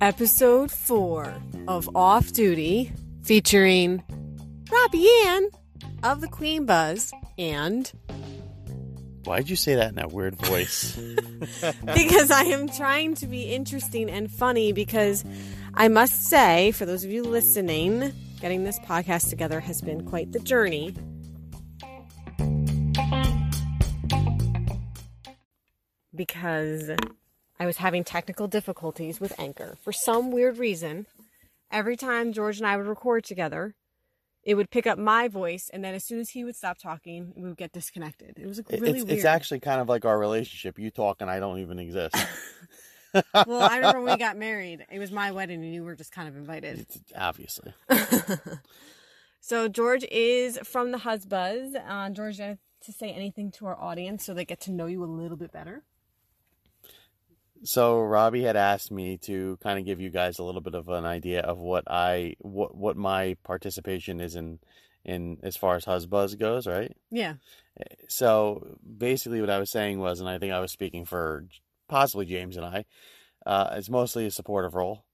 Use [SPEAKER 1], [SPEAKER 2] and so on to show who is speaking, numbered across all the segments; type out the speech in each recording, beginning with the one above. [SPEAKER 1] Episode 4 of Off Duty featuring Robbie Ann of the Queen Buzz and
[SPEAKER 2] Why'd you say that in that weird voice?
[SPEAKER 1] because I am trying to be interesting and funny because I must say, for those of you listening, getting this podcast together has been quite the journey. Because I was having technical difficulties with Anchor for some weird reason. Every time George and I would record together, it would pick up my voice, and then as soon as he would stop talking, we would get disconnected. It was like, really
[SPEAKER 2] it's,
[SPEAKER 1] weird.
[SPEAKER 2] it's actually kind of like our relationship. You talk and I don't even exist.
[SPEAKER 1] Well, I remember when we got married. It was my wedding, and you were just kind of invited.
[SPEAKER 2] It's- obviously.
[SPEAKER 1] So George is from the Huzbuzz. Uh, George, do you have to say anything to our audience so they get to know you a little bit better.
[SPEAKER 2] So Robbie had asked me to kind of give you guys a little bit of an idea of what I what what my participation is in in as far as Huzbuzz goes, right?
[SPEAKER 1] Yeah,
[SPEAKER 2] so basically what i was saying was and i think i was speaking for possibly james and i uh, it's mostly a supportive role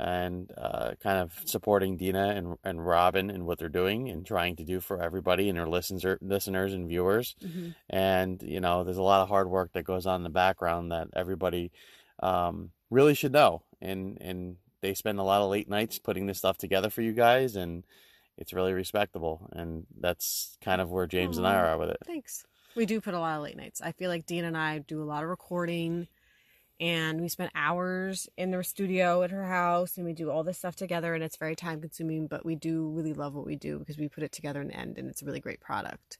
[SPEAKER 2] and uh, kind of supporting dina and, and robin and what they're doing and trying to do for everybody and their listeners, listeners and viewers
[SPEAKER 1] Mhm.
[SPEAKER 2] and you know there's a lot of hard work that goes on in the background that everybody um, really should know and and they spend a lot of late nights putting this stuff together for you guys and it's really respectable and that's kind of where james and i
[SPEAKER 1] Aw.
[SPEAKER 2] are with it
[SPEAKER 1] thanks. We do put a lot of late nights. I feel like Dean and I do a lot of recording, and we spend hours in the studio at her house, and we do all this stuff together, and it's very time consuming. But we do really love what we do because we put it together in the end, and it's a really great product.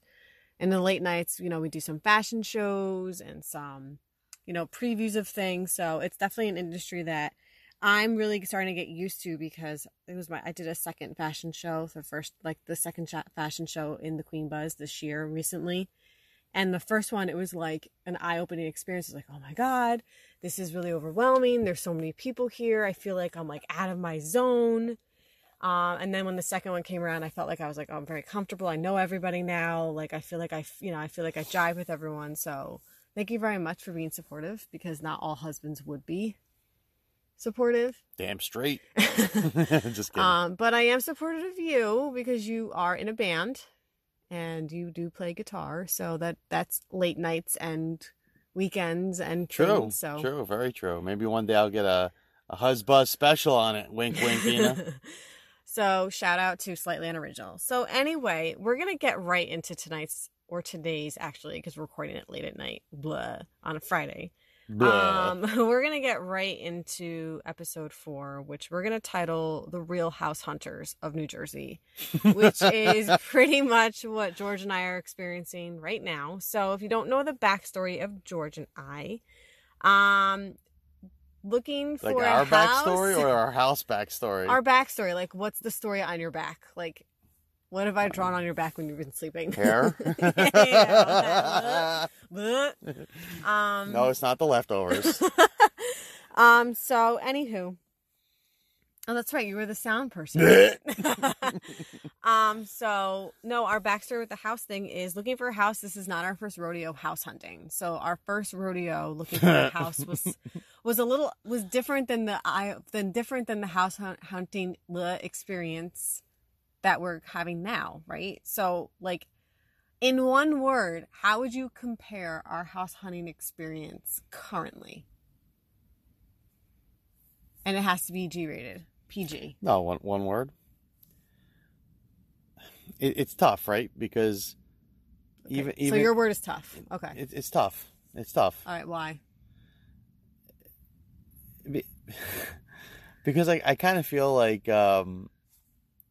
[SPEAKER 1] And the late nights, you know, we do some fashion shows and some, you know, previews of things. So it's definitely an industry that I'm really starting to get used to because it was my I did a second fashion show, the first like the second sho- fashion show in the Queen Buzz this year recently. And the first one, it was like an eye-opening experience. It's like, oh my god, this is really overwhelming. There's so many people here. I feel like I'm like out of my zone. Um, and then when the second one came around, I felt like I was like, oh, I'm very comfortable. I know everybody now. Like I feel like I, f- you know, I feel like I jive with everyone. So thank you very much for being supportive because not all husbands would be supportive.
[SPEAKER 2] damn straight just kidding
[SPEAKER 1] Um, but I am supportive of you because you are in a band and you do play guitar. So that that's late nights and weekends and
[SPEAKER 2] true
[SPEAKER 1] things, so
[SPEAKER 2] true very true maybe one day i'll get a a huzbuzz special on it wink wink dina
[SPEAKER 1] so shout out to Slightly Unoriginal. So anyway, we're gonna get right into tonight's or today's actually because we're recording it late at night, blah, on a Friday.
[SPEAKER 2] Blah.
[SPEAKER 1] Um, we're gonna get right into episode four, which we're gonna title "The Real House Hunters of New Jersey," which is pretty much what George and I are experiencing right now. So, if you don't know the backstory of George and I, um, looking for
[SPEAKER 2] like
[SPEAKER 1] a
[SPEAKER 2] our
[SPEAKER 1] house,
[SPEAKER 2] backstory or our house backstory
[SPEAKER 1] our backstory, like what's the story on your back, like. What have I drawn on your back when you've been sleeping?
[SPEAKER 2] hair
[SPEAKER 1] Yeah, Bleh. um,
[SPEAKER 2] no it's not the leftovers
[SPEAKER 1] um. So, anywho, oh, that's right. You were the sound person.
[SPEAKER 2] Bleh.
[SPEAKER 1] um. So, no, our backstory with the house thing is looking for a house. This is not our first rodeo house hunting. So, our first rodeo looking for a house was was a little was different than the I than different than the house hunt, hunting bleh, experience that we're having now, right? So, like. In one word, how would you compare our house hunting experience currently? And it has to be G rated. PG.
[SPEAKER 2] No, one one word. It, it's tough, right? Because even
[SPEAKER 1] so
[SPEAKER 2] even
[SPEAKER 1] your word is tough. Okay.
[SPEAKER 2] it, it's tough. It's tough
[SPEAKER 1] All right. Why?
[SPEAKER 2] Be- because I I kind of feel like um,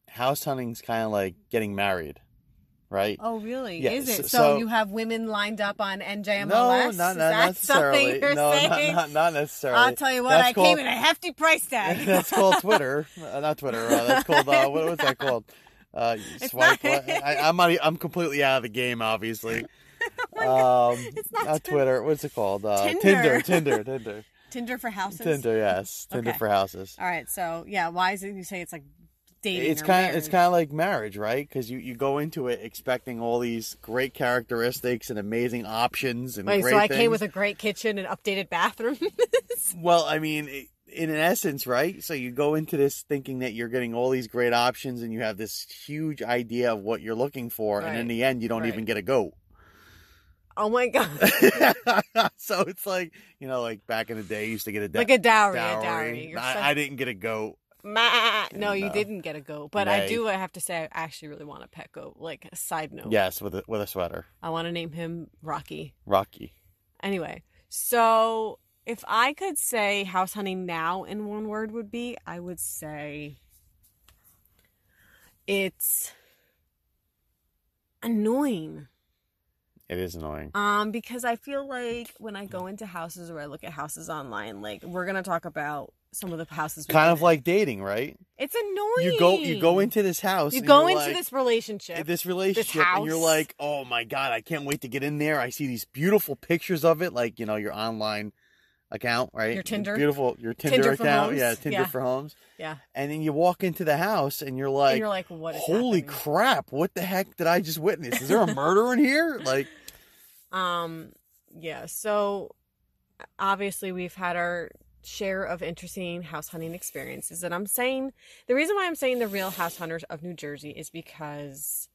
[SPEAKER 2] house hunting's kind of like getting married, right?
[SPEAKER 1] Oh, really?
[SPEAKER 2] Yeah,
[SPEAKER 1] is it? So,
[SPEAKER 2] so- so-
[SPEAKER 1] you have women lined up on NJMLS?
[SPEAKER 2] no,
[SPEAKER 1] Is
[SPEAKER 2] not, not
[SPEAKER 1] that
[SPEAKER 2] necessarily.
[SPEAKER 1] something you're
[SPEAKER 2] no, not-
[SPEAKER 1] saying?
[SPEAKER 2] Not, not necessarily.
[SPEAKER 1] I'll tell you what,
[SPEAKER 2] That's
[SPEAKER 1] I
[SPEAKER 2] called-
[SPEAKER 1] came in a hefty price tag.
[SPEAKER 2] that's called Twitter. Uh, not Twitter. Uh, that's called uh, what, what's that called? Uh,
[SPEAKER 1] not-
[SPEAKER 2] swipe. left. I, I'm not, e, I'm completely out of the game, obviously. um,
[SPEAKER 1] It's not Twitter.
[SPEAKER 2] Twitter. What's it called? Uh,
[SPEAKER 1] Tinder.
[SPEAKER 2] Tinder. Tinder. Tinder.
[SPEAKER 1] Tinder for houses.
[SPEAKER 2] Tinder. Yes. Tinder
[SPEAKER 1] Okay.
[SPEAKER 2] for houses.
[SPEAKER 1] All right. So yeah, why is it you say it's like dating.
[SPEAKER 2] it's
[SPEAKER 1] or
[SPEAKER 2] kind of it's
[SPEAKER 1] marriage.
[SPEAKER 2] kind of like marriage, right? Because you, you go into it expecting all these great characteristics and amazing options and
[SPEAKER 1] Wait,
[SPEAKER 2] great
[SPEAKER 1] so I
[SPEAKER 2] things.
[SPEAKER 1] came with a great kitchen and updated bathroom.
[SPEAKER 2] Well, I mean, i- in an essence, right? So you go into this thinking that you're getting all these great options and you have this huge idea of what you're looking for, and
[SPEAKER 1] Right.
[SPEAKER 2] in the end, you don't
[SPEAKER 1] Right.
[SPEAKER 2] even get a goat.
[SPEAKER 1] oh my god,
[SPEAKER 2] so it's like you know, like back in the day, you used to get a da-
[SPEAKER 1] like a dowry,
[SPEAKER 2] dowry.
[SPEAKER 1] a dowry. You're
[SPEAKER 2] I,
[SPEAKER 1] so-
[SPEAKER 2] I didn't get a goat.
[SPEAKER 1] Ma- ah, no, you
[SPEAKER 2] No.
[SPEAKER 1] didn't get a goat, but I
[SPEAKER 2] Nay.
[SPEAKER 1] do. I have to say, I actually really want a pet goat. Like a side note,
[SPEAKER 2] Yes, with a, with a sweater,
[SPEAKER 1] I want to name him Rocky.
[SPEAKER 2] Rocky.
[SPEAKER 1] Anyway, so if I could say house hunting now in one word would be, I would say it's annoying.
[SPEAKER 2] It is annoying.
[SPEAKER 1] Um, because I feel like when I go into houses or I look at houses online, like we're gonna talk about some of the houses. we've
[SPEAKER 2] Kind
[SPEAKER 1] been
[SPEAKER 2] of
[SPEAKER 1] in.
[SPEAKER 2] like dating, right?
[SPEAKER 1] it's annoying.
[SPEAKER 2] You go you go into this house.
[SPEAKER 1] you
[SPEAKER 2] and
[SPEAKER 1] go
[SPEAKER 2] you're
[SPEAKER 1] into
[SPEAKER 2] like- eh,
[SPEAKER 1] this relationship.
[SPEAKER 2] this relationship and you're
[SPEAKER 1] house.
[SPEAKER 2] like oh my god i can't wait to get in there i see these beautiful pictures of it like you know your online account right
[SPEAKER 1] Your Tinder.
[SPEAKER 2] beautiful your tinder,
[SPEAKER 1] Tinder for
[SPEAKER 2] account
[SPEAKER 1] homes.
[SPEAKER 2] yeah tinder
[SPEAKER 1] Yeah.
[SPEAKER 2] for homes
[SPEAKER 1] yeah,
[SPEAKER 2] and then you walk into the house and you're
[SPEAKER 1] and
[SPEAKER 2] like,
[SPEAKER 1] you're like, what is
[SPEAKER 2] holy
[SPEAKER 1] happening?
[SPEAKER 2] crap what the heck did i just witness is there a murder in here like
[SPEAKER 1] Um, yeah, so obviously we've had our share of interesting house hunting experiences. And I'm saying the reason why I'm saying the real house hunters of New Jersey is because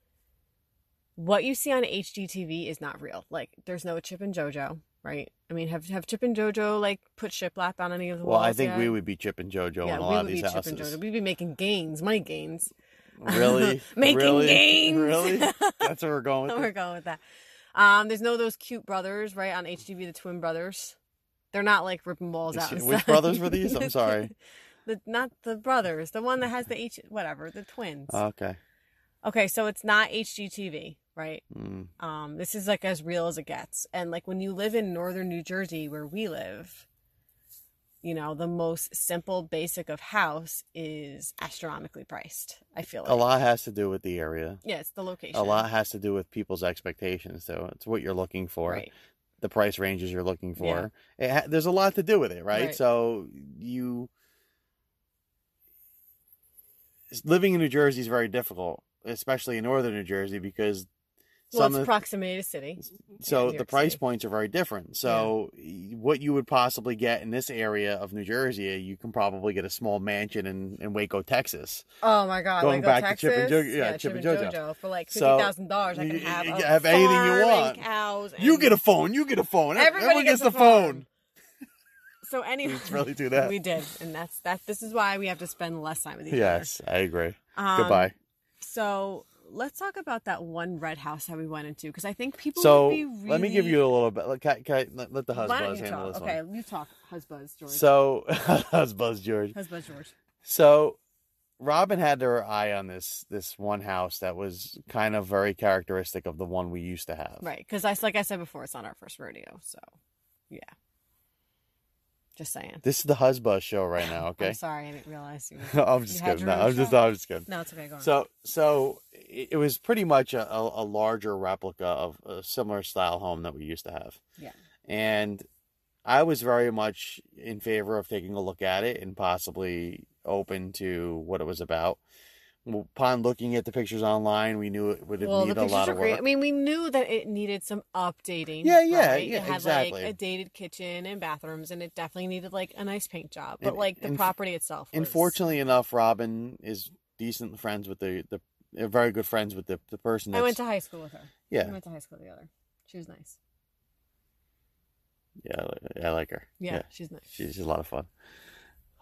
[SPEAKER 1] what you see on HGTV is not real. Like there's no Chip and JoJo, right? I mean, have have Chip and JoJo like put shiplap on any of the
[SPEAKER 2] well
[SPEAKER 1] walls?
[SPEAKER 2] i think
[SPEAKER 1] yet?
[SPEAKER 2] we would be chip and jojo
[SPEAKER 1] Yeah, we
[SPEAKER 2] in a lot
[SPEAKER 1] would
[SPEAKER 2] of
[SPEAKER 1] be
[SPEAKER 2] these
[SPEAKER 1] Chip and JoJo.
[SPEAKER 2] houses
[SPEAKER 1] We'd be making gains, money gains.
[SPEAKER 2] really
[SPEAKER 1] Making
[SPEAKER 2] really
[SPEAKER 1] gains.
[SPEAKER 2] really that's where we're going with
[SPEAKER 1] we're
[SPEAKER 2] this?
[SPEAKER 1] going with that. Um, there's no those cute brothers, right? On HGV, the twin brothers. They're not like ripping balls out. and
[SPEAKER 2] Which
[SPEAKER 1] stuff.
[SPEAKER 2] brothers were these? I'm sorry.
[SPEAKER 1] the, not the brothers. The one that has the H, whatever, the twins.
[SPEAKER 2] okay
[SPEAKER 1] okay, so it's not HGTV, right?
[SPEAKER 2] Mm.
[SPEAKER 1] Um, this is like as real as it gets. And like when you live in northern New Jersey, where we live, you know, the most simple basic of house is astronomically priced. I feel like.
[SPEAKER 2] a lot has to do with the area
[SPEAKER 1] Yeah, it's the location.
[SPEAKER 2] a lot has to do with people's expectations though it's what you're looking for
[SPEAKER 1] Right.
[SPEAKER 2] the price ranges you're looking for it ha- there's a lot to do with it right,
[SPEAKER 1] Right.
[SPEAKER 2] so you living in new jersey is very difficult especially in northern new jersey because
[SPEAKER 1] Well,
[SPEAKER 2] some
[SPEAKER 1] it's
[SPEAKER 2] of
[SPEAKER 1] proximity to city.
[SPEAKER 2] so
[SPEAKER 1] New
[SPEAKER 2] the
[SPEAKER 1] York
[SPEAKER 2] price
[SPEAKER 1] City.
[SPEAKER 2] points are very different so y- what you would possibly get in this area of new jersey eh, you can probably get a small mansion in, in waco texas
[SPEAKER 1] Oh my god! like,
[SPEAKER 2] Going
[SPEAKER 1] go
[SPEAKER 2] back to
[SPEAKER 1] Texas,
[SPEAKER 2] Chip and Jo- yeah, Chip and JoJo.
[SPEAKER 1] for like fifty
[SPEAKER 2] So,
[SPEAKER 1] thousand dollars, I
[SPEAKER 2] you-
[SPEAKER 1] can have,
[SPEAKER 2] you
[SPEAKER 1] a
[SPEAKER 2] can have anything you
[SPEAKER 1] farm and
[SPEAKER 2] want.
[SPEAKER 1] Cows. And
[SPEAKER 2] you get a phone you get a phone
[SPEAKER 1] Everybody
[SPEAKER 2] everyone
[SPEAKER 1] gets
[SPEAKER 2] gets,
[SPEAKER 1] a
[SPEAKER 2] the phone.
[SPEAKER 1] phone. So anyway,
[SPEAKER 2] Let's really do that.
[SPEAKER 1] we did, and that's that. This is why we have to spend less time with each
[SPEAKER 2] Yes, I agree.
[SPEAKER 1] other. Um,
[SPEAKER 2] Goodbye.
[SPEAKER 1] So let's talk about that one red house that we went into because I think people.
[SPEAKER 2] So
[SPEAKER 1] would be really...
[SPEAKER 2] let me give you a little bit. Let, can, can I, let, let the
[SPEAKER 1] Why don't
[SPEAKER 2] husbands
[SPEAKER 1] you
[SPEAKER 2] handle
[SPEAKER 1] talk?
[SPEAKER 2] this
[SPEAKER 1] okay,
[SPEAKER 2] one.
[SPEAKER 1] you talk, husband George.
[SPEAKER 2] So husbands, George.
[SPEAKER 1] husband George.
[SPEAKER 2] So Robin had her eye on this this one house that was kind of very characteristic of the one we used to have.
[SPEAKER 1] Right, because I like I said before, it's not our first rodeo, so yeah. Just saying.
[SPEAKER 2] This is the husband show right now.
[SPEAKER 1] I'm
[SPEAKER 2] Okay.
[SPEAKER 1] sorry, I didn't realize you.
[SPEAKER 2] I'm, just
[SPEAKER 1] had
[SPEAKER 2] kidding.
[SPEAKER 1] your
[SPEAKER 2] No,
[SPEAKER 1] own
[SPEAKER 2] I'm just
[SPEAKER 1] show.
[SPEAKER 2] I'm just kidding.
[SPEAKER 1] No, it's okay. Go on.
[SPEAKER 2] So so it it was pretty much a, a, a larger replica of a similar style home that we used to have.
[SPEAKER 1] yeah.
[SPEAKER 2] and I was very much in favor of taking a look at it and possibly open to what it was about. Upon looking at the pictures online, we knew it would
[SPEAKER 1] Well, the
[SPEAKER 2] need a
[SPEAKER 1] pictures
[SPEAKER 2] lot
[SPEAKER 1] are
[SPEAKER 2] of
[SPEAKER 1] great.
[SPEAKER 2] work.
[SPEAKER 1] I mean, we knew that it needed some updating.
[SPEAKER 2] Yeah, yeah,
[SPEAKER 1] right?
[SPEAKER 2] yeah,
[SPEAKER 1] It had
[SPEAKER 2] exactly.
[SPEAKER 1] like a dated kitchen and bathrooms, and it definitely needed like a nice paint job. But
[SPEAKER 2] And-
[SPEAKER 1] like the
[SPEAKER 2] and-
[SPEAKER 1] property itself, was,
[SPEAKER 2] And fortunately enough, Robin is decent friends with the the they're very good friends with the the person.
[SPEAKER 1] I
[SPEAKER 2] That's,
[SPEAKER 1] went to high school with her. We
[SPEAKER 2] yeah,
[SPEAKER 1] went to high school together. She was nice.
[SPEAKER 2] yeah, I li- I like her.
[SPEAKER 1] Yeah, she's nice.
[SPEAKER 2] she's a lot of fun,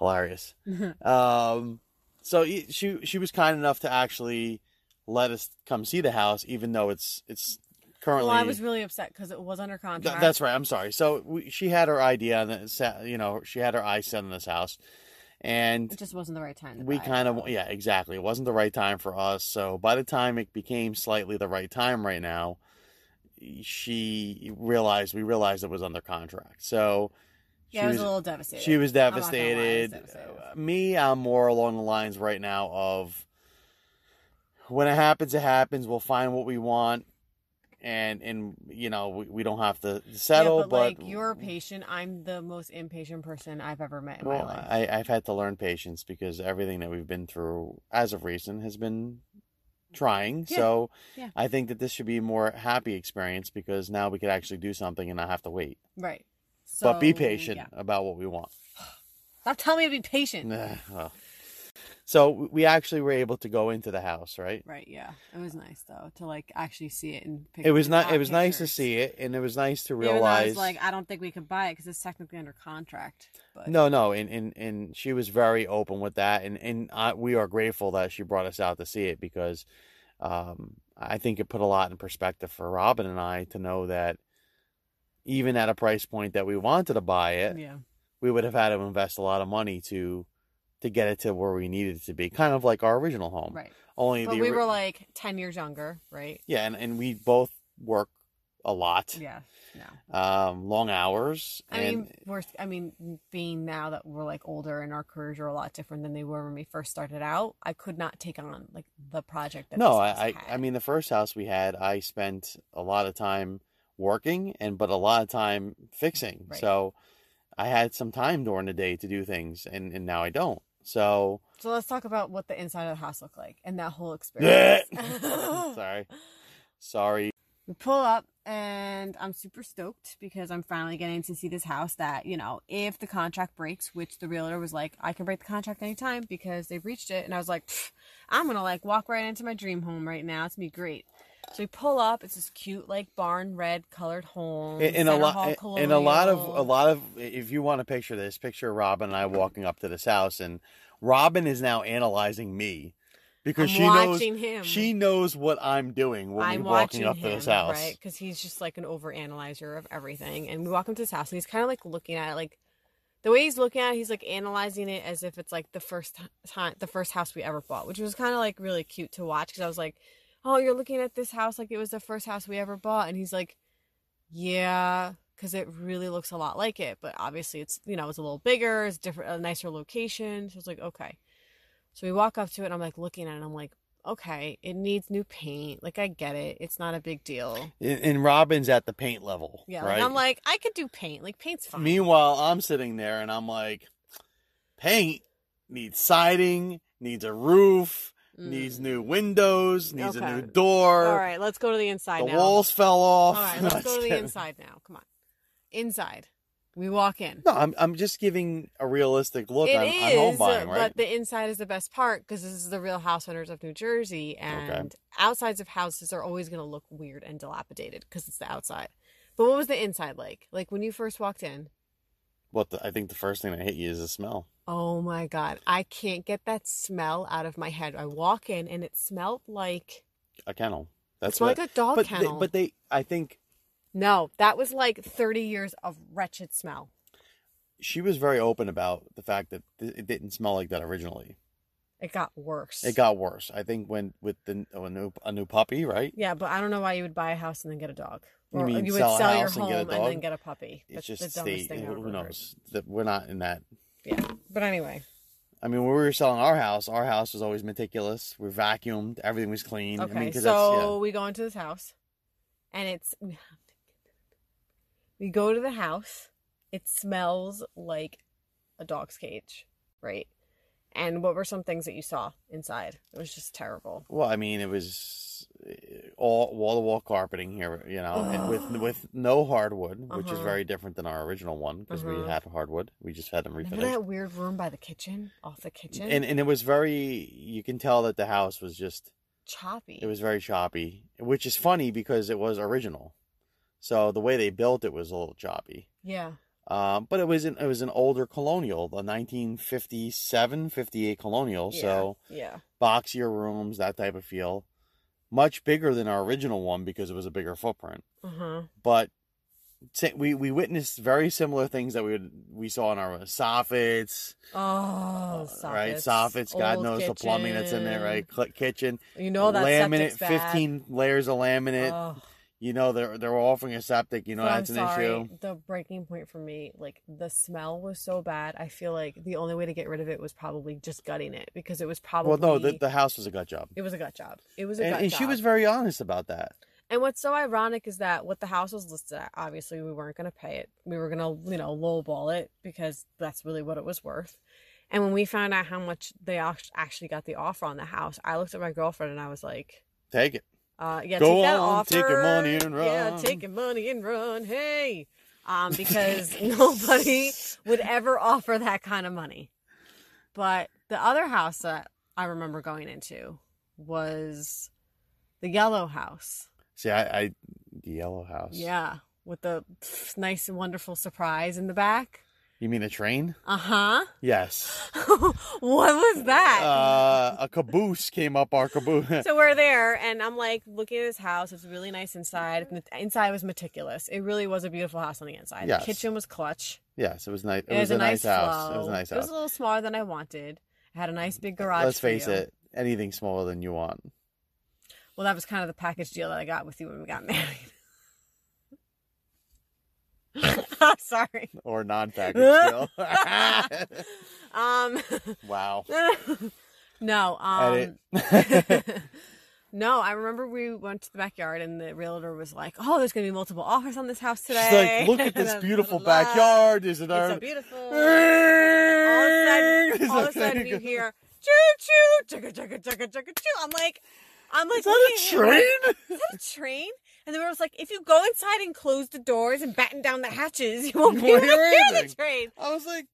[SPEAKER 2] hilarious. Um, so he- she she was kind enough to actually let us come see the house, even though it's it's currently.
[SPEAKER 1] well, I was really upset because it was under
[SPEAKER 2] Th-
[SPEAKER 1] contract.
[SPEAKER 2] that's right. I'm sorry. So we, she had her idea, on the sa- you know, she had her eyes set on this house, and
[SPEAKER 1] It just wasn't the right time. To
[SPEAKER 2] we
[SPEAKER 1] buy it.
[SPEAKER 2] kind of yeah, exactly. It wasn't the right time for us. So by the time it became slightly the right time, right now, she realized we realized it was under contract. So
[SPEAKER 1] Yeah, I was, a little devastated.
[SPEAKER 2] she was
[SPEAKER 1] not gonna lie, I was
[SPEAKER 2] devastated.
[SPEAKER 1] devastated.
[SPEAKER 2] Uh, Me, I'm more along the lines right now of when it happens, it happens. We'll find what we want. and and you know we, we don't have to settle
[SPEAKER 1] yeah, but,
[SPEAKER 2] but,
[SPEAKER 1] like you're patient. I'm the most impatient person I've ever met in my
[SPEAKER 2] well,
[SPEAKER 1] life.
[SPEAKER 2] I, I've had to learn patience because everything that we've been through as of recent has been trying.
[SPEAKER 1] Yeah.
[SPEAKER 2] So
[SPEAKER 1] Yeah.
[SPEAKER 2] I think that this should be a more happy experience because now we could actually do something and not have to wait.
[SPEAKER 1] right.
[SPEAKER 2] but be
[SPEAKER 1] So,
[SPEAKER 2] patient
[SPEAKER 1] yeah.
[SPEAKER 2] about what we want.
[SPEAKER 1] Stop telling me to be patient.
[SPEAKER 2] Nah, well. So we actually were able to go into the house, right?
[SPEAKER 1] Right. Yeah. It was nice though to like actually see it and.
[SPEAKER 2] It was not. It was nice to see it, and it was nice to
[SPEAKER 1] Even though I
[SPEAKER 2] realize.
[SPEAKER 1] was like, uh, I don't think we could buy it because it's technically under contract. But
[SPEAKER 2] No, no, and, and and she was very open with that, and and I, we are grateful that she brought us out to see it because, um, I think it put a lot in perspective for Robin and I to know that, even at a price point that we wanted to buy it,
[SPEAKER 1] Yeah.
[SPEAKER 2] we would have had to invest a lot of money to, to get it to where we needed it to be, kind of like our original home.
[SPEAKER 1] Right.
[SPEAKER 2] Only
[SPEAKER 1] But
[SPEAKER 2] the
[SPEAKER 1] we
[SPEAKER 2] ori-
[SPEAKER 1] were like ten years younger, right?
[SPEAKER 2] yeah, and and we both work a lot,
[SPEAKER 1] Yeah. No.
[SPEAKER 2] um, long hours.
[SPEAKER 1] I
[SPEAKER 2] and,
[SPEAKER 1] mean, we're. I mean, being now that we're like older and our careers are a lot different than they were when we first started out, I could not take on like the project that.
[SPEAKER 2] no
[SPEAKER 1] this
[SPEAKER 2] I,
[SPEAKER 1] house
[SPEAKER 2] I i
[SPEAKER 1] had.
[SPEAKER 2] mean the first house we had i spent a lot of time working and but a lot of time fixing
[SPEAKER 1] Right.
[SPEAKER 2] so i had some time during the day to do things and and now i don't so
[SPEAKER 1] So let's talk about what the inside of the house looked like and that whole experience.
[SPEAKER 2] sorry sorry
[SPEAKER 1] we pull up and I'm super stoked because I'm finally getting to see this house that, you know, if the contract breaks, which the realtor was like, I can break the contract anytime because they've reached it. And I was like, "Pfft, I'm going to like walk right into my dream home right now. It's going to be great. So we pull up. It's this cute, like barn red colored home.
[SPEAKER 2] in, in a
[SPEAKER 1] Center
[SPEAKER 2] lot
[SPEAKER 1] Hall
[SPEAKER 2] in a lot of a
[SPEAKER 1] Colonial.
[SPEAKER 2] lot of if you want to picture this picture robin and i walking up to this house and robin is now analyzing me because
[SPEAKER 1] I'm
[SPEAKER 2] she knows
[SPEAKER 1] watching him.
[SPEAKER 2] she knows what i'm doing when
[SPEAKER 1] I'm
[SPEAKER 2] we're walking
[SPEAKER 1] watching
[SPEAKER 2] up
[SPEAKER 1] him,
[SPEAKER 2] to this house
[SPEAKER 1] right? Because he's just like an overanalyzer of everything. And we walk him to his house, and he's kind of like looking at it, like the way he's looking at it, he's like analyzing it as if it's like the first ti- time, the first house we ever bought, which was kind of like really cute to watch. Because I was like, "Oh, you're looking at this house like it was the first house we ever bought," and he's like, "Yeah." Because it really looks a lot like it, but obviously it's you know it's a little bigger, it's different, a nicer location. So it's like okay. So we walk up to it, and I'm like looking at it, and I'm like, okay, it needs new paint. Like I get it. It's not a big deal.
[SPEAKER 2] And- and Robin's at the paint level.
[SPEAKER 1] Yeah.
[SPEAKER 2] right?
[SPEAKER 1] Like, I'm like, I could do paint. Like paint's fine.
[SPEAKER 2] Meanwhile, I'm sitting there and I'm like, paint needs siding, needs a roof,
[SPEAKER 1] Mm.
[SPEAKER 2] needs new windows, needs a
[SPEAKER 1] Okay.
[SPEAKER 2] new door.
[SPEAKER 1] All right, let's go to the inside
[SPEAKER 2] the
[SPEAKER 1] now.
[SPEAKER 2] walls fell off.
[SPEAKER 1] All right,
[SPEAKER 2] No,
[SPEAKER 1] let's go
[SPEAKER 2] just
[SPEAKER 1] to the
[SPEAKER 2] kidding.
[SPEAKER 1] inside now. Come on. Inside. We walk in.
[SPEAKER 2] No, I'm I'm just giving a realistic look
[SPEAKER 1] It
[SPEAKER 2] on,
[SPEAKER 1] is,
[SPEAKER 2] on home buying,
[SPEAKER 1] uh,
[SPEAKER 2] right?
[SPEAKER 1] but the inside is the best part because this is the real house hunters of New Jersey, and outsides of houses are always going to look weird and dilapidated because it's the outside. But what was the inside like? Like when you first walked in,
[SPEAKER 2] What the, I think the first thing that hit you is the smell.
[SPEAKER 1] Oh my God. I can't get that smell out of my head. I walk in and it smelled like
[SPEAKER 2] A kennel. That's
[SPEAKER 1] it smelled
[SPEAKER 2] what.
[SPEAKER 1] like a dog
[SPEAKER 2] but
[SPEAKER 1] kennel.
[SPEAKER 2] They, but they, I think
[SPEAKER 1] no, that was like 30 years of wretched smell.
[SPEAKER 2] she was very open about the fact that th- it didn't smell like that originally.
[SPEAKER 1] It got worse.
[SPEAKER 2] It got worse. I think when with the a new a new puppy, right?
[SPEAKER 1] Yeah, but I don't know why you would buy a house and then get a dog.
[SPEAKER 2] You
[SPEAKER 1] Or
[SPEAKER 2] mean
[SPEAKER 1] you would
[SPEAKER 2] sell
[SPEAKER 1] sell,
[SPEAKER 2] a
[SPEAKER 1] your
[SPEAKER 2] house and
[SPEAKER 1] home
[SPEAKER 2] get a
[SPEAKER 1] and, then
[SPEAKER 2] dog?
[SPEAKER 1] get a puppy. That's
[SPEAKER 2] It's just
[SPEAKER 1] the dumbest
[SPEAKER 2] state.
[SPEAKER 1] thing I've
[SPEAKER 2] Who
[SPEAKER 1] ever heard.
[SPEAKER 2] knows? That we're not in that.
[SPEAKER 1] Yeah. But anyway.
[SPEAKER 2] I mean, when we were selling our house, our house was always meticulous. We vacuumed. Everything was clean.
[SPEAKER 1] Okay,
[SPEAKER 2] I mean, 'cause
[SPEAKER 1] so
[SPEAKER 2] that's, yeah.
[SPEAKER 1] we go into this house, and it's we have to get- we go to the house. It smells like a dog's cage, right? And what were some things that you saw inside? It was just terrible.
[SPEAKER 2] Well, I mean, it was uh, all wall to wall carpeting here, you know, and with with no hardwood, which is
[SPEAKER 1] Uh-huh.
[SPEAKER 2] very different than our original one because
[SPEAKER 1] Uh-huh.
[SPEAKER 2] we had hardwood. We just had them
[SPEAKER 1] Remember
[SPEAKER 2] refinished.
[SPEAKER 1] that weird room by the kitchen, off the kitchen,
[SPEAKER 2] And and it was very. You can tell that the house was just.
[SPEAKER 1] choppy.
[SPEAKER 2] It was very choppy, which is funny because it was original. So the way they built it was a little choppy.
[SPEAKER 1] yeah,
[SPEAKER 2] Um, but it was an, it was an older colonial, the 1957, 58 colonial, so
[SPEAKER 1] yeah,
[SPEAKER 2] boxier rooms, that type of feel. Much bigger than our original one because it was a bigger footprint.
[SPEAKER 1] uh huh,
[SPEAKER 2] But sa- we we witnessed very similar things that we would, we saw in our soffits,
[SPEAKER 1] oh,
[SPEAKER 2] uh, right?
[SPEAKER 1] soffits.
[SPEAKER 2] Soffits, God
[SPEAKER 1] Old
[SPEAKER 2] knows the plumbing that's in there, right?
[SPEAKER 1] kitchen.
[SPEAKER 2] Cl- kitchen,
[SPEAKER 1] You know that
[SPEAKER 2] laminate,
[SPEAKER 1] septic's bad.
[SPEAKER 2] fifteen layers of laminate.
[SPEAKER 1] Ugh.
[SPEAKER 2] you know they're they're offering a septic. You know
[SPEAKER 1] But
[SPEAKER 2] that's
[SPEAKER 1] I'm
[SPEAKER 2] an
[SPEAKER 1] sorry,
[SPEAKER 2] issue.
[SPEAKER 1] The breaking point for me, like the smell was so bad. I feel like the only way to get rid of it was probably just gutting it because it was probably
[SPEAKER 2] Well, no, the, the house was a gut job.
[SPEAKER 1] it was a gut job. It was a
[SPEAKER 2] and,
[SPEAKER 1] gut
[SPEAKER 2] and
[SPEAKER 1] job.
[SPEAKER 2] she was very honest about that.
[SPEAKER 1] And what's so ironic is that what the house was listed at, obviously we weren't going to pay it. We were going to, you know, lowball it because that's really what it was worth. And when we found out how much they act- actually got the offer on the house, I looked at my girlfriend and I was like,
[SPEAKER 2] Take it.
[SPEAKER 1] uh, yeah,
[SPEAKER 2] Go
[SPEAKER 1] take that
[SPEAKER 2] on,
[SPEAKER 1] offer.
[SPEAKER 2] take your money and
[SPEAKER 1] Yeah,
[SPEAKER 2] run.
[SPEAKER 1] take your money and run. Hey. Um, because nobody would ever offer that kind of money. But the other house that I remember going into was the yellow house.
[SPEAKER 2] See, I, I the yellow house.
[SPEAKER 1] Yeah, with the pff, nice and wonderful surprise in the back.
[SPEAKER 2] You mean the train?
[SPEAKER 1] Uh huh.
[SPEAKER 2] Yes.
[SPEAKER 1] what was that?
[SPEAKER 2] Uh, a caboose came up our caboose.
[SPEAKER 1] so we're there, and I'm like looking at this house. It's really nice inside. The inside was meticulous. It really was a beautiful house on the inside.
[SPEAKER 2] Yes.
[SPEAKER 1] The kitchen was clutch.
[SPEAKER 2] yes, it was nice. It,
[SPEAKER 1] It,
[SPEAKER 2] was, a nice house.
[SPEAKER 1] flow.
[SPEAKER 2] It was a nice house.
[SPEAKER 1] a little smaller than I wanted. It had a nice big garage.
[SPEAKER 2] Let's
[SPEAKER 1] for
[SPEAKER 2] face
[SPEAKER 1] you.
[SPEAKER 2] it, anything smaller than you want.
[SPEAKER 1] Well, that was kind of the package deal that I got with you when we got married. I'm sorry.
[SPEAKER 2] Or non package deal.
[SPEAKER 1] Um.
[SPEAKER 2] wow.
[SPEAKER 1] no. Um.
[SPEAKER 2] Edit.
[SPEAKER 1] no, I remember we went to the backyard and the realtor was like, "Oh, there's going to be multiple offers on this house
[SPEAKER 2] She's
[SPEAKER 1] today."
[SPEAKER 2] like, look at this
[SPEAKER 1] And
[SPEAKER 2] beautiful
[SPEAKER 1] blah, blah, blah.
[SPEAKER 2] backyard. Is it
[SPEAKER 1] It's so
[SPEAKER 2] our.
[SPEAKER 1] beautiful.
[SPEAKER 2] All
[SPEAKER 1] all of a
[SPEAKER 2] of
[SPEAKER 1] sudden, all of a sudden you hear choo choo, chugga chugga chugga chugga choo. I'm like, I'm like,
[SPEAKER 2] Is that a
[SPEAKER 1] looking at him,
[SPEAKER 2] train?
[SPEAKER 1] like, Is that a train? And the realtor was like, if you go inside and close the doors and batten down the hatches, you won't
[SPEAKER 2] You
[SPEAKER 1] be able
[SPEAKER 2] won't
[SPEAKER 1] to
[SPEAKER 2] hear
[SPEAKER 1] hear the
[SPEAKER 2] anything.
[SPEAKER 1] train.
[SPEAKER 2] I was like,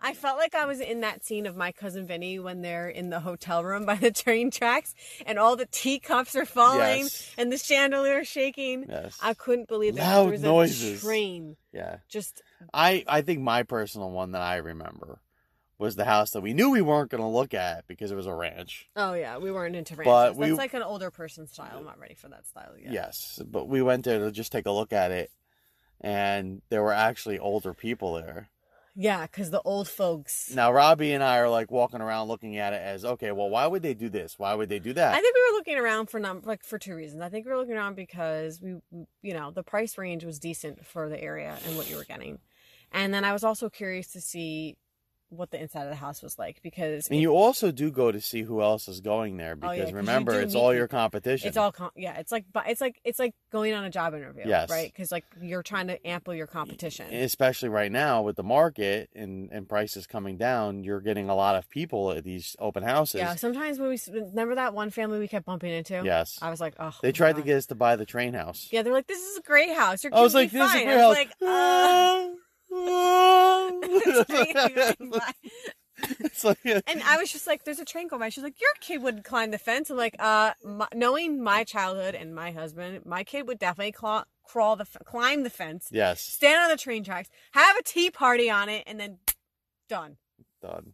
[SPEAKER 1] I felt like I was in that scene of my cousin Vinny when they're in the hotel room by the train tracks and all the teacups are falling
[SPEAKER 2] Yes.
[SPEAKER 1] and the chandelier is shaking.
[SPEAKER 2] yes.
[SPEAKER 1] I couldn't believe that
[SPEAKER 2] Loud
[SPEAKER 1] there was
[SPEAKER 2] noises.
[SPEAKER 1] a train
[SPEAKER 2] yeah.
[SPEAKER 1] just
[SPEAKER 2] I, I think my personal one that I remember was the house that we knew we weren't going to look at because it was a ranch.
[SPEAKER 1] Oh yeah, we weren't into ranches.
[SPEAKER 2] But we-
[SPEAKER 1] That's like an older person style. I'm not ready for that style yet.
[SPEAKER 2] Yes. But we went there to just take a look at it. And there were actually older people there.
[SPEAKER 1] Yeah, because the old folks.
[SPEAKER 2] Now, Robbie and I are like walking around looking at it as okay, well, why would they do this? Why would they do that?
[SPEAKER 1] I think we were looking around for num like for two reasons. I think we were looking around because we, we- you know, the price range was decent for the area and what you were getting, and then I was also curious to see what the inside of the house was like because
[SPEAKER 2] and
[SPEAKER 1] it-
[SPEAKER 2] you also do go to see who else is going there because
[SPEAKER 1] Oh, 'cause you
[SPEAKER 2] remember,
[SPEAKER 1] do
[SPEAKER 2] it's
[SPEAKER 1] meet
[SPEAKER 2] all your
[SPEAKER 1] people.
[SPEAKER 2] competition.
[SPEAKER 1] it's all com- yeah, it's like but it's like it's like going on a job interview,
[SPEAKER 2] Yes.
[SPEAKER 1] right? Because like you're trying to ample your competition.
[SPEAKER 2] especially right now with the market and, and prices coming down, you're getting a lot of people at these open houses.
[SPEAKER 1] yeah, sometimes when we s- remember that one family we kept bumping into.
[SPEAKER 2] Yes.
[SPEAKER 1] I was like, oh,
[SPEAKER 2] They
[SPEAKER 1] my
[SPEAKER 2] tried to
[SPEAKER 1] God.
[SPEAKER 2] get us to buy the train house.
[SPEAKER 1] Yeah, they're like, this is a great house. You're
[SPEAKER 2] I was
[SPEAKER 1] gonna
[SPEAKER 2] like,
[SPEAKER 1] be
[SPEAKER 2] this is a
[SPEAKER 1] fine."
[SPEAKER 2] great
[SPEAKER 1] I
[SPEAKER 2] house.
[SPEAKER 1] was like, uh, it's great. You're like, "Uh,
[SPEAKER 2] it's like,
[SPEAKER 1] and I was just like, there's a train going by. She's like, your kid would climb the fence. I'm like, uh, my, knowing my childhood and my husband, my kid would definitely claw, crawl the f- climb the fence,
[SPEAKER 2] yes,
[SPEAKER 1] stand on the train tracks, have a tea party on it, and then done,
[SPEAKER 2] done,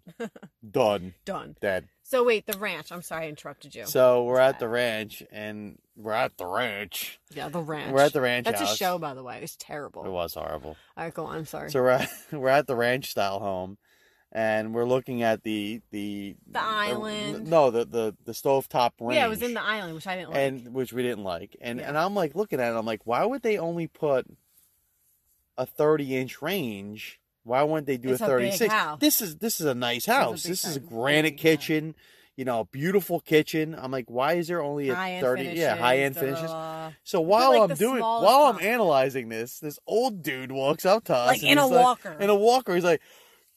[SPEAKER 2] done,
[SPEAKER 1] done.
[SPEAKER 2] dead.
[SPEAKER 1] So wait, the ranch. I'm sorry, I interrupted you.
[SPEAKER 2] So we're at the ranch, and we're at the ranch.
[SPEAKER 1] yeah, the ranch.
[SPEAKER 2] We're at the ranch.
[SPEAKER 1] That's
[SPEAKER 2] house.
[SPEAKER 1] a show, by the way. It's terrible.
[SPEAKER 2] It was horrible.
[SPEAKER 1] All right, go on. I'm sorry.
[SPEAKER 2] So we're at, we're at the ranch style home, and we're looking at the the
[SPEAKER 1] The island.
[SPEAKER 2] no, the the the stovetop range.
[SPEAKER 1] yeah, it was in the island, which I didn't like.
[SPEAKER 2] and which we didn't like. And
[SPEAKER 1] Yeah.
[SPEAKER 2] and I'm like looking at it, I'm like, why would they only put a 30 inch range? Why wouldn't they do
[SPEAKER 1] It's
[SPEAKER 2] a
[SPEAKER 1] a big
[SPEAKER 2] 36?
[SPEAKER 1] house.
[SPEAKER 2] This is this is a nice
[SPEAKER 1] is a
[SPEAKER 2] house.
[SPEAKER 1] big
[SPEAKER 2] This is a
[SPEAKER 1] house.
[SPEAKER 2] granite
[SPEAKER 1] Big house.
[SPEAKER 2] kitchen, you know, beautiful kitchen. I'm like, why is there only a
[SPEAKER 1] High-end
[SPEAKER 2] 30? yeah,
[SPEAKER 1] finishes,
[SPEAKER 2] high end
[SPEAKER 1] da, da,
[SPEAKER 2] finishes.
[SPEAKER 1] da, da.
[SPEAKER 2] So while
[SPEAKER 1] like,
[SPEAKER 2] I'm
[SPEAKER 1] the
[SPEAKER 2] doing,
[SPEAKER 1] smallest
[SPEAKER 2] while I'm
[SPEAKER 1] house.
[SPEAKER 2] analyzing this, this old dude walks up to us,
[SPEAKER 1] Like,
[SPEAKER 2] and
[SPEAKER 1] in a
[SPEAKER 2] he's
[SPEAKER 1] walker.
[SPEAKER 2] In a walker, he's like,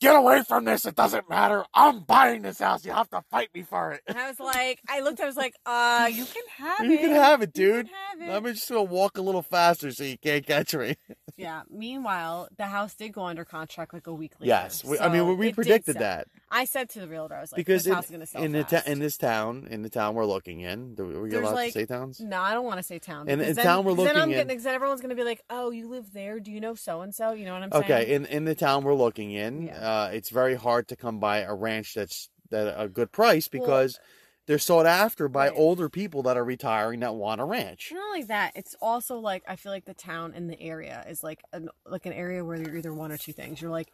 [SPEAKER 2] "Get away from this! It doesn't matter. I'm buying this house. You have to fight me for it.
[SPEAKER 1] And I was like, I looked, I was like, uh, you can have
[SPEAKER 2] you
[SPEAKER 1] it.
[SPEAKER 2] can have it,
[SPEAKER 1] You
[SPEAKER 2] dude.
[SPEAKER 1] can have it.
[SPEAKER 2] I'm just gonna walk a little faster so you can't catch me.
[SPEAKER 1] yeah. Meanwhile, the house did go under contract like a week later.
[SPEAKER 2] Yes, we, I mean
[SPEAKER 1] So
[SPEAKER 2] we,
[SPEAKER 1] it
[SPEAKER 2] we
[SPEAKER 1] did
[SPEAKER 2] predicted
[SPEAKER 1] sell.
[SPEAKER 2] that
[SPEAKER 1] I said to the realtor, I was like,
[SPEAKER 2] because
[SPEAKER 1] this
[SPEAKER 2] in,
[SPEAKER 1] house is gonna sell
[SPEAKER 2] in the ta-
[SPEAKER 1] fast.
[SPEAKER 2] in this town, in the town we're looking in, do we, are we
[SPEAKER 1] There's
[SPEAKER 2] allowed
[SPEAKER 1] like-
[SPEAKER 2] to say towns?
[SPEAKER 1] no, I don't want to say town.
[SPEAKER 2] In-
[SPEAKER 1] because
[SPEAKER 2] in
[SPEAKER 1] then,
[SPEAKER 2] town we're
[SPEAKER 1] because then
[SPEAKER 2] looking
[SPEAKER 1] I'm
[SPEAKER 2] in-
[SPEAKER 1] getting, because then everyone's gonna be like, "Oh, you live there? Do you know so and so? You know what I'm
[SPEAKER 2] Okay,
[SPEAKER 1] saying?"
[SPEAKER 2] in in the town we're looking in,
[SPEAKER 1] Yeah.
[SPEAKER 2] uh, it's very hard to come by a ranch that's that a good price because they're sought after by
[SPEAKER 1] Right.
[SPEAKER 2] older people that are retiring that want a ranch.
[SPEAKER 1] Not only that, it's also like I feel like the town and the area is like an like an area where you're either one or two things. You're like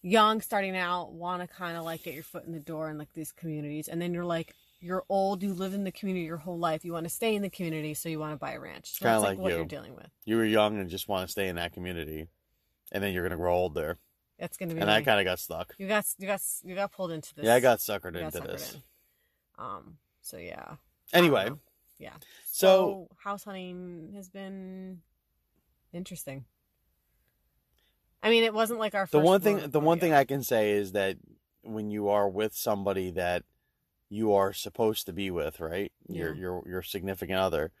[SPEAKER 1] young, starting out, want to kind of like get your foot in the door in like these communities, and then you're like you're old, you live in the community your whole life, you want to stay in the community, so you want to buy a ranch. So
[SPEAKER 2] Kinda
[SPEAKER 1] that's like,
[SPEAKER 2] like
[SPEAKER 1] what
[SPEAKER 2] you.
[SPEAKER 1] you're dealing with.
[SPEAKER 2] You were young and just want to stay in that community, and then you're gonna grow old there.
[SPEAKER 1] That's gonna be.
[SPEAKER 2] And I
[SPEAKER 1] me.
[SPEAKER 2] kind of got stuck.
[SPEAKER 1] you got you got you got pulled into this.
[SPEAKER 2] Yeah, I got suckered
[SPEAKER 1] you got
[SPEAKER 2] into
[SPEAKER 1] suckered
[SPEAKER 2] this.
[SPEAKER 1] in. Um. So yeah. I don't
[SPEAKER 2] Anyway,
[SPEAKER 1] know. Yeah.
[SPEAKER 2] So,
[SPEAKER 1] So house hunting has been interesting. I mean, it wasn't like our first oh,
[SPEAKER 2] the one thing
[SPEAKER 1] rodeo-
[SPEAKER 2] the one thing
[SPEAKER 1] rodeo.
[SPEAKER 2] I can say is that when you are with somebody that you are supposed to be with, right? Your
[SPEAKER 1] Yeah.
[SPEAKER 2] your your significant other,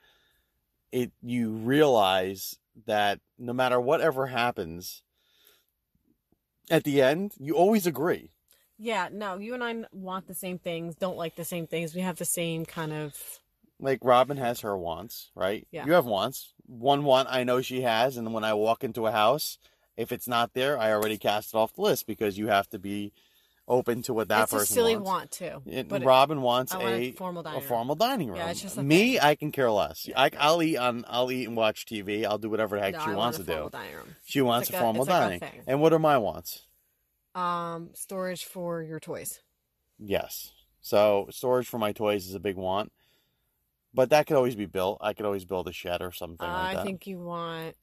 [SPEAKER 2] it you realize that no matter whatever happens at the end, you always agree.
[SPEAKER 1] yeah, no, you and I want the same things, don't like the same things. We have the same kind of
[SPEAKER 2] Like Robin has her wants, right?
[SPEAKER 1] Yeah.
[SPEAKER 2] You have wants. One want I know she has, and when I walk into a house, if it's not there, I already cast it off the list because you have to be open to what that
[SPEAKER 1] it's a
[SPEAKER 2] person
[SPEAKER 1] silly
[SPEAKER 2] wants.
[SPEAKER 1] want too.
[SPEAKER 2] It,
[SPEAKER 1] but it-
[SPEAKER 2] Robin wants
[SPEAKER 1] I want
[SPEAKER 2] a,
[SPEAKER 1] a formal
[SPEAKER 2] a
[SPEAKER 1] diner.
[SPEAKER 2] formal dining room.
[SPEAKER 1] Yeah, it's just a
[SPEAKER 2] Me,
[SPEAKER 1] thing.
[SPEAKER 2] I can care less. I, I'll eat on. I'll eat and watch TV. I'll do whatever the heck
[SPEAKER 1] no,
[SPEAKER 2] she
[SPEAKER 1] I
[SPEAKER 2] wants
[SPEAKER 1] want a
[SPEAKER 2] to
[SPEAKER 1] formal
[SPEAKER 2] do.
[SPEAKER 1] dining room.
[SPEAKER 2] She wants
[SPEAKER 1] like
[SPEAKER 2] a
[SPEAKER 1] a-
[SPEAKER 2] formal
[SPEAKER 1] it's like a
[SPEAKER 2] dining.
[SPEAKER 1] thing.
[SPEAKER 2] and what are my wants?
[SPEAKER 1] Um, storage for your toys.
[SPEAKER 2] Yes. So storage for my toys is a big want, but that could always be built. I could always build a shed or something like
[SPEAKER 1] I
[SPEAKER 2] that.
[SPEAKER 1] think you want.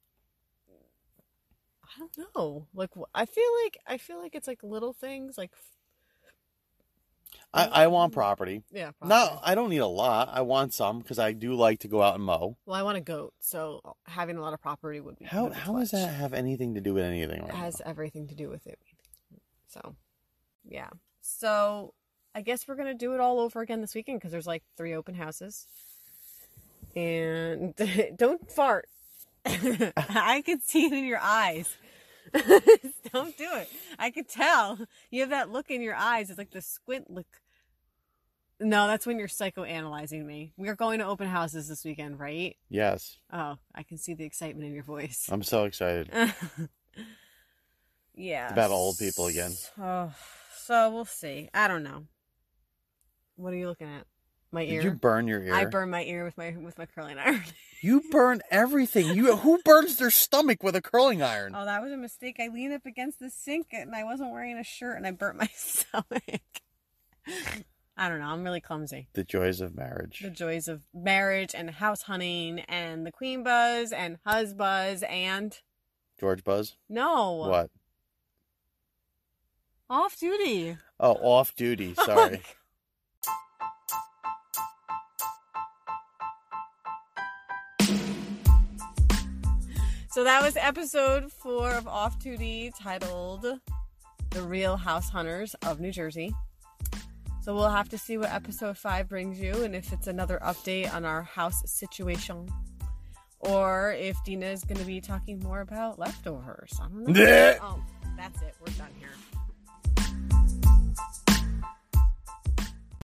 [SPEAKER 1] I don't know. Like wh- I feel like I feel like it's like little things. Like f-
[SPEAKER 2] I, I want property.
[SPEAKER 1] yeah.
[SPEAKER 2] No,
[SPEAKER 1] probably.
[SPEAKER 2] I don't need a lot. I want some because I do like to go out and mow.
[SPEAKER 1] Well, I want a goat, so having a lot of property would be.
[SPEAKER 2] How
[SPEAKER 1] would be
[SPEAKER 2] how does
[SPEAKER 1] clutch.
[SPEAKER 2] that have anything to do with anything right
[SPEAKER 1] It has
[SPEAKER 2] now?
[SPEAKER 1] everything to do with it. So, yeah. So I guess we're gonna do it all over again this weekend because there's like three open houses. And don't fart. I can see it in your eyes. don't do it. I could tell you have that look in your eyes. It's like the squint look. No, that's when you're psychoanalyzing me. We are going to open houses this weekend, right?
[SPEAKER 2] Yes,
[SPEAKER 1] Oh, I can see the excitement in your voice.
[SPEAKER 2] I'm so excited.
[SPEAKER 1] yeah.
[SPEAKER 2] Oh. about old people again.
[SPEAKER 1] So, so we'll see. I don't know. What are you looking at? My ear.
[SPEAKER 2] Did you burn your ear?
[SPEAKER 1] I burned my ear with my with my curling iron.
[SPEAKER 2] You burn everything. You who burns their stomach with a curling iron?
[SPEAKER 1] oh, that was a mistake. I leaned up against the sink and I wasn't wearing a shirt and I burnt my stomach. I don't know. I'm really clumsy.
[SPEAKER 2] The joys of marriage.
[SPEAKER 1] The joys of marriage and house hunting and the queen buzz and huzz buzz and
[SPEAKER 2] George Buzz.
[SPEAKER 1] no
[SPEAKER 2] What?
[SPEAKER 1] off duty.
[SPEAKER 2] Oh, off duty. Sorry.
[SPEAKER 1] So that was episode four of Off Duty titled The Real House Hunters of New Jersey. So we'll have to see what episode five brings you and if it's another update on our house situation. Or if Dina is going to be talking more about leftovers. I don't know.
[SPEAKER 2] Blech.
[SPEAKER 1] oh, that's it. We're done here.